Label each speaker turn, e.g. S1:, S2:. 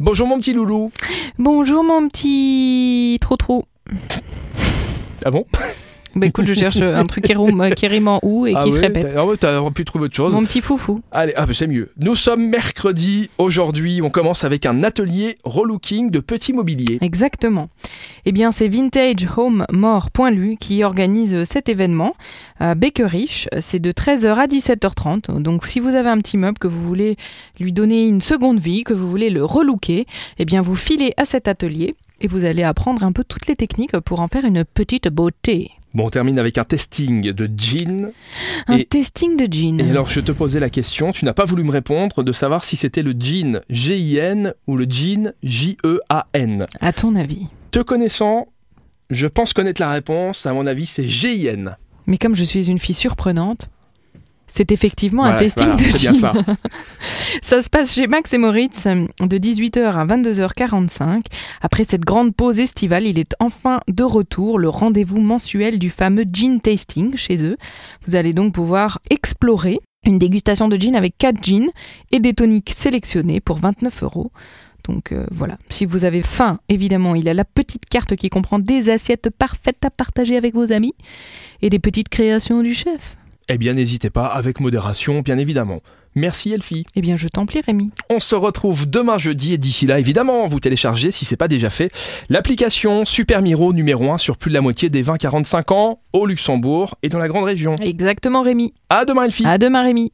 S1: Bonjour mon petit loulou.
S2: Bonjour mon petit trop trop.
S1: Ah bon
S2: Bah écoute, je cherche un truc qui rime, euh, qui rime en ou et qui
S1: Ah
S2: se
S1: ouais,
S2: répète.
S1: t'as- ah ouais, t'aurais pu trouver autre chose.
S2: Mon petit foufou.
S1: Allez, ah bah c'est mieux. Nous sommes mercredi. Aujourd'hui, on commence avec un atelier relooking de petits mobilier.
S2: Exactement. Eh bien, c'est Vintage Home Mort Point Lu qui organise cet événement à Bakerich. C'est de 13h à 17h30. Donc, si vous avez un petit meuble que vous voulez lui donner une seconde vie, que vous voulez le relooker, eh bien, vous filez à cet atelier et vous allez apprendre un peu toutes les techniques pour en faire une petite beauté.
S1: Bon, on termine avec un testing de jean.
S2: Un
S1: Et-
S2: testing de jean.
S1: Et alors, je te posais la question, tu n'as pas voulu me répondre, de savoir si c'était le jean G-I-N ou le jean J-E-A-N.
S2: À ton avis
S1: Te connaissant, je pense connaître la réponse. À mon avis, c'est G-I-N.
S2: Mais comme je suis une fille surprenante, c'est effectivement un
S1: Voilà,
S2: testing
S1: voilà,
S2: de
S1: C'est bien
S2: jean.
S1: ça.
S2: Ça se passe chez Max et Moritz euh, de 18h à 22h45. Après cette grande pause estivale, il est enfin de retour, le rendez-vous mensuel du fameux gin tasting chez eux. Vous allez donc pouvoir explorer une dégustation de gin avec 4 gins et des toniques sélectionnés pour 29 euros. Donc euh, voilà, si vous avez faim, évidemment, il a la petite carte qui comprend des assiettes parfaites à partager avec vos amis et des petites créations du chef.
S1: Eh bien, n'hésitez pas, avec modération, bien évidemment. Merci Elfie.
S2: Eh bien, je t'en plie, Rémi.
S1: On se retrouve demain jeudi et d'ici là, évidemment, vous téléchargez, si c'est pas déjà fait, l'application Super Miro numéro 1 sur plus de la moitié des 20-45 ans au Luxembourg et dans la grande région.
S2: Exactement, Rémi.
S1: À demain Elfie
S2: À demain, Rémi.